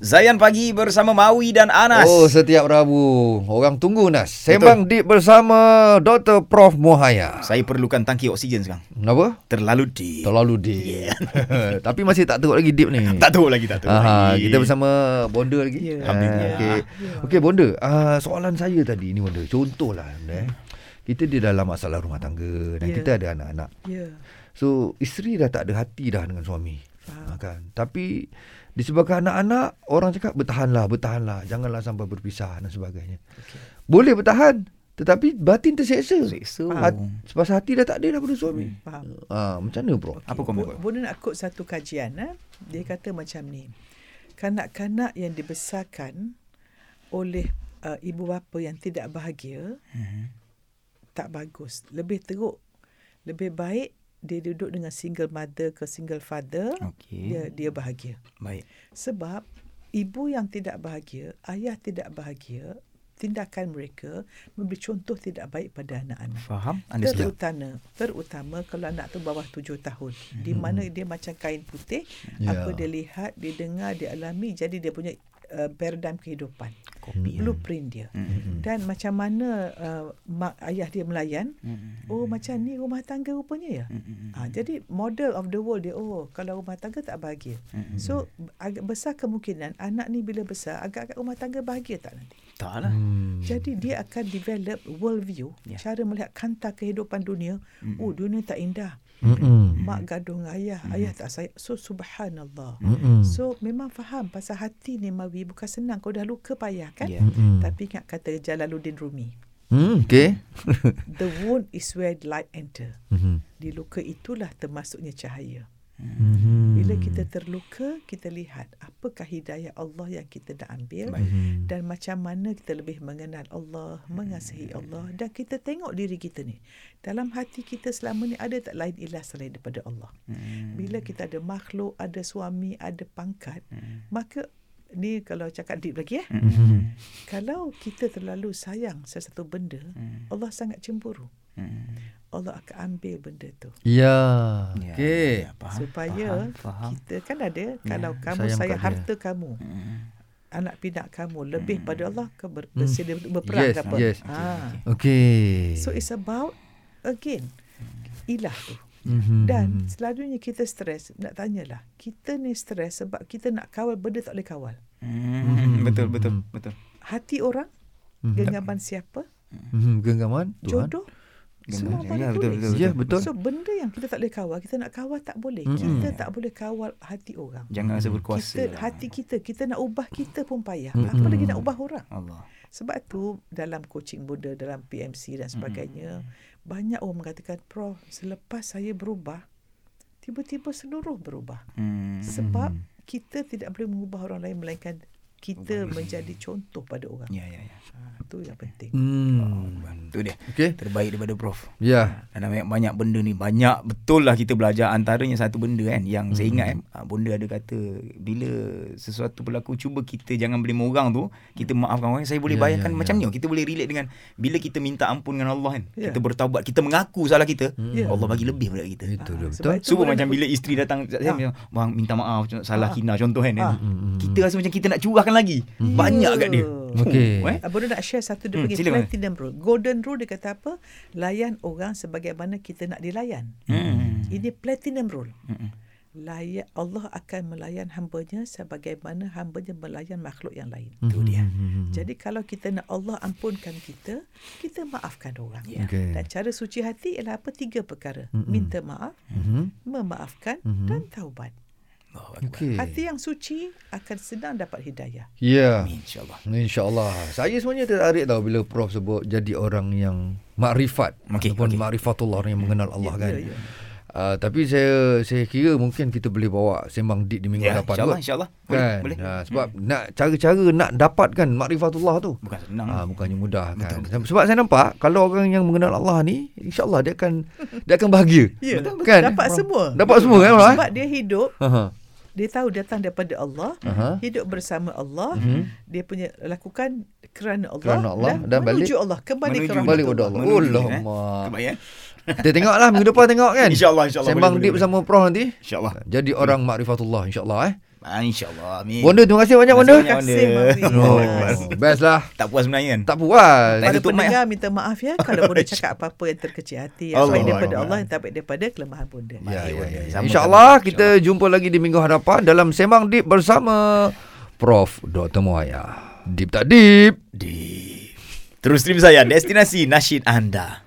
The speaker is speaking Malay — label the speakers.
Speaker 1: Zayan Pagi bersama Maui dan Anas.
Speaker 2: Oh, setiap Rabu. Orang tunggu Nas. Sembang Betul. deep bersama Dr. Prof. Muhaya.
Speaker 1: Saya perlukan tangki oksigen sekarang.
Speaker 2: Kenapa?
Speaker 1: Terlalu deep.
Speaker 2: Terlalu deep. Yeah. Tapi masih tak teruk lagi deep ni.
Speaker 1: tak tahu lagi, tak tahu
Speaker 2: Aha,
Speaker 1: lagi.
Speaker 2: kita bersama Bonda lagi. Yeah.
Speaker 1: Alhamdulillah.
Speaker 2: Okey, okay, Bonda. Uh, soalan saya tadi ni Bonda. Contohlah Bonda, eh. Kita di dalam masalah rumah tangga dan
Speaker 3: Ya.
Speaker 2: kita ada anak-anak.
Speaker 3: Ya,
Speaker 2: So, isteri dah tak ada hati dah dengan suami. Ha, kan? Tapi disebabkan anak-anak orang cakap bertahanlah, bertahanlah, janganlah sampai berpisah dan sebagainya. Okay. Boleh bertahan tetapi batin terseksa.
Speaker 1: Seksa.
Speaker 2: Hat- sebab hati dah tak ada daripada suami.
Speaker 3: faham.
Speaker 2: Ha, macam mana bro?
Speaker 1: Apa komen kau?
Speaker 3: Bona nak quote satu kajian. Ha? Dia kata macam ni. Kanak-kanak yang dibesarkan oleh uh, ibu bapa yang tidak bahagia,
Speaker 1: Mhm.
Speaker 3: tak bagus. Lebih teruk. Lebih baik dia duduk dengan single mother ke single father,
Speaker 1: Okey.
Speaker 3: dia, dia bahagia.
Speaker 1: Baik.
Speaker 3: Sebab ibu yang tidak bahagia, ayah tidak bahagia, tindakan mereka memberi contoh tidak baik pada anak-anak.
Speaker 1: Faham? Anda setuju?
Speaker 3: Terutama, terutama kalau anak tu bawah tujuh tahun. Di
Speaker 1: Hmm.
Speaker 3: mana dia macam kain putih,
Speaker 2: Ya.
Speaker 3: apa dia lihat, dia dengar, dia alami, jadi dia punya uh, paradigm kehidupan.
Speaker 1: Kopi. ya. Hmm.
Speaker 3: Blueprint dia. Dan macam mana uh, mak ayah dia melayan, oh
Speaker 1: Hmm.
Speaker 3: macam ni rumah tangga rupanya ya. Ha, jadi model of the world dia, oh kalau rumah tangga tak bahagia.
Speaker 1: Hmm.
Speaker 3: So agak besar kemungkinan anak ni bila besar, agak-agak rumah tangga bahagia tak nanti?
Speaker 1: Tak lah.
Speaker 3: Jadi dia akan develop world view,
Speaker 1: Ya.
Speaker 3: yeah. cara melihat kanta kehidupan dunia. Mm. Oh, dunia tak indah.
Speaker 2: Mm-mm.
Speaker 3: Mak gaduh dengan ayah, mm. ayah tak sayang. So subhanallah.
Speaker 2: Mm-mm.
Speaker 3: So memang faham pasal hati ni Mawi bukan senang. Kau dah luka payah kan?
Speaker 1: Ya.
Speaker 2: Mm-mm.
Speaker 3: Tapi ingat kata Jalaluddin Rumi,
Speaker 2: Hmm, okey.
Speaker 3: the wound is where light enter.
Speaker 2: Mhm.
Speaker 3: Di luka itulah termasuknya cahaya.
Speaker 2: Mhm.
Speaker 3: Bila kita terluka, kita lihat apakah hidayah Allah yang kita dah ambil
Speaker 1: Baik.
Speaker 3: dan macam mana kita lebih mengenal Allah, mengasihi Allah dan kita tengok diri kita ni. Dalam hati kita selama ni ada tak lain ilah selain daripada Allah. Bila
Speaker 2: Hmm.
Speaker 3: kita ada makhluk, ada suami, ada pangkat,
Speaker 2: Hmm.
Speaker 3: maka ni kalau cakap deep lagi eh. Kalau kita terlalu sayang sesuatu benda,
Speaker 2: Hmm.
Speaker 3: Allah sangat cemburu. Allah akan ambil benda tu.
Speaker 2: Ya.
Speaker 1: Ya,
Speaker 2: Okey.
Speaker 1: ya, faham,
Speaker 3: supaya
Speaker 1: faham, faham.
Speaker 3: kita kan ada kalau kamu
Speaker 2: Ya, sayang
Speaker 3: sayang
Speaker 2: kat dia.
Speaker 3: harta kamu anak pinak kamu lebih pada Allah ke ber, bersedia berperang
Speaker 2: Hmm. Yes,
Speaker 3: ke apa
Speaker 2: yes.
Speaker 3: Ah.
Speaker 2: Okey.
Speaker 3: so it's about again
Speaker 1: Hmm.
Speaker 3: ilah tu
Speaker 2: Mhm.
Speaker 3: dan selalunya kita stres nak tanyalah kita ni stres sebab kita nak kawal benda tak boleh kawal
Speaker 1: Hmm, Betul, betul, betul.
Speaker 3: hati orang
Speaker 1: Hmm.
Speaker 3: genggaman siapa
Speaker 2: Mhm, Hmm. genggaman Tuhan.
Speaker 3: jodoh
Speaker 1: Genggaman.
Speaker 3: semua
Speaker 1: Ya,
Speaker 3: pada
Speaker 1: betul,
Speaker 3: tulis
Speaker 1: betul, Hmm.
Speaker 2: Ya, betul.
Speaker 3: so benda yang kita tak boleh kawal kita nak kawal tak boleh
Speaker 2: Mm-mm.
Speaker 3: kita tak boleh kawal hati orang
Speaker 1: Jangan rasa berkuasa.
Speaker 3: kita
Speaker 1: lah. Hmm.
Speaker 3: hati kita kita nak ubah kita pun payah
Speaker 2: Mm-mm.
Speaker 3: mm apa lagi nak ubah orang
Speaker 1: Allah.
Speaker 3: sebab tu dalam coaching Buddha dalam PMC dan
Speaker 2: Hmm.
Speaker 3: sebagainya banyak orang mengatakan prof selepas saya berubah tiba-tiba seluruh berubah
Speaker 1: Hmm.
Speaker 3: sebab kita tidak boleh mengubah orang lain melainkan kita menjadi contoh pada orang
Speaker 1: Ya, ya, ya.
Speaker 3: ha, tu yang penting
Speaker 2: Hmm.
Speaker 1: Itu dia.
Speaker 2: Okey.
Speaker 1: Terbaik daripada Prof.
Speaker 2: Ya.
Speaker 1: Dan banyak, banyak benda ni Banyak betul lah kita belajar Antaranya satu benda kan Yang saya
Speaker 2: Hmm.
Speaker 1: ingat kan ah, Bonda ada kata Bila sesuatu berlaku Cuba kita jangan beli orang tu Kita maafkan orang Saya boleh
Speaker 2: Ya,
Speaker 1: bayangkan
Speaker 2: ya,
Speaker 1: macam ni oh. Kita boleh relate dengan Bila kita minta ampun dengan Allah kan
Speaker 3: Ya.
Speaker 1: Kita bertaubat Kita mengaku salah kita
Speaker 3: Ya.
Speaker 1: Allah bagi lebih pada kita
Speaker 2: Itu dia Hmm.
Speaker 3: Ah,
Speaker 2: betul.
Speaker 3: sebab itu
Speaker 1: Cuba
Speaker 3: boleh
Speaker 1: macam
Speaker 3: nak-
Speaker 1: bila isteri datang Saya
Speaker 3: Ah.
Speaker 1: macam Bang minta maaf contoh, Salah hina contoh kan
Speaker 3: Ah.
Speaker 2: Hmm,
Speaker 1: Kita rasa macam kita nak curahkan lagi Banyak kat dia
Speaker 2: Okey.
Speaker 1: Oh, eh?
Speaker 3: Abang Hmm. Ah, nak share satu dia
Speaker 1: Hmm,
Speaker 3: panggil
Speaker 1: silakan.
Speaker 3: platinum rule. Golden rule dia kata apa? Layan orang sebagaimana kita nak dilayan.
Speaker 1: Hmm.
Speaker 3: Ini platinum rule. Layan, Allah akan melayan hambanya sebagaimana hambanya melayan makhluk yang lain. Itu dia. Jadi kalau kita nak Allah ampunkan kita, kita maafkan orang.
Speaker 1: Ya.
Speaker 2: Okey.
Speaker 3: Dan cara suci hati ialah apa? Tiga perkara. Minta maaf,
Speaker 2: Mhm.
Speaker 3: memaafkan dan taubat.
Speaker 1: Allah Akbar.
Speaker 2: Okey.
Speaker 3: Hati yang suci akan senang dapat hidayah.
Speaker 2: Ya.
Speaker 1: InsyaAllah
Speaker 2: InsyaAllah Saya sebenarnya tertarik tau Bila Prof sebut Jadi orang yang Makrifat
Speaker 1: Okey,
Speaker 2: Ataupun
Speaker 1: okey.
Speaker 2: makrifatullah Orang yang mengenal Allah
Speaker 3: ya,
Speaker 2: kan
Speaker 3: ya.
Speaker 2: Uh, tapi saya saya kira mungkin kita boleh bawa sembang deep di minggu
Speaker 1: Ya,
Speaker 2: depan
Speaker 1: insyaAllah,
Speaker 2: kot.
Speaker 1: insyaAllah. Boleh,
Speaker 2: kan
Speaker 1: boleh.
Speaker 2: Uh, sebab
Speaker 3: Hmm.
Speaker 2: nak cara-cara nak dapatkan makrifatullah tu
Speaker 1: Bukan senang
Speaker 3: Hmm.
Speaker 2: Ah, bukannya mudah kan. Betul, Sebab saya nampak kalau orang yang mengenal Allah ni, insya-Allah dia akan dia akan bahagia.
Speaker 3: Ya, betul. Dapat
Speaker 2: Orang-
Speaker 3: semua.
Speaker 2: Dapat semua kan. Orang,
Speaker 3: Sebab dia hidup
Speaker 2: eh? Ha
Speaker 3: dia tahu datang daripada Allah,
Speaker 2: Aha. Mhm.
Speaker 3: hidup bersama Allah, dia punya lakukan kerana Allah,
Speaker 2: Kerana Allah dan balik-
Speaker 3: menuju Allah kembali
Speaker 1: Menuju
Speaker 3: ke
Speaker 1: Allah.
Speaker 3: rahmat
Speaker 2: Balik kepada Allah.
Speaker 1: Menuju,
Speaker 2: Oh,
Speaker 1: eh.
Speaker 2: lama.
Speaker 1: Kebayang
Speaker 2: Kita tengoklah minggu depan tengok kan.
Speaker 1: InsyaAllah, insyaAllah,
Speaker 2: Sembang
Speaker 1: boleh, Hmm.
Speaker 2: deep
Speaker 1: boleh,
Speaker 2: bersama Prof nanti.
Speaker 1: InsyaAllah
Speaker 2: Jadi orang makrifatullah insya-Allah eh.
Speaker 1: Ah, InsyaAllah. Amin.
Speaker 2: Bonda terima kasih banyak Bonda.
Speaker 1: Terima kasih
Speaker 3: Terima
Speaker 1: banyak,
Speaker 3: kasih,
Speaker 1: Bonda.
Speaker 3: Mak
Speaker 2: Oh,
Speaker 3: Fiz.
Speaker 2: best lah.
Speaker 1: Tak puas sebenarnya kan?
Speaker 2: Tak puas.
Speaker 1: Tak
Speaker 3: Para
Speaker 1: ada tutup mic,
Speaker 3: pendengar minta maaf ya kalau bunda cakap apa-apa yang terkecil hati yang
Speaker 1: Allah,
Speaker 3: baik daripada
Speaker 1: Allah.
Speaker 3: Allah yang tak baik daripada kelemahan bunda.
Speaker 2: Ya, ya, ya.
Speaker 1: Sama
Speaker 2: InsyaAllah
Speaker 1: sama.
Speaker 2: kita jumpa lagi di minggu hadapan dalam Semang Deep bersama Prof. Dr. Muaya. Deep tak deep?
Speaker 1: Di... Terus stream saya Destinasi Nasyid Anda.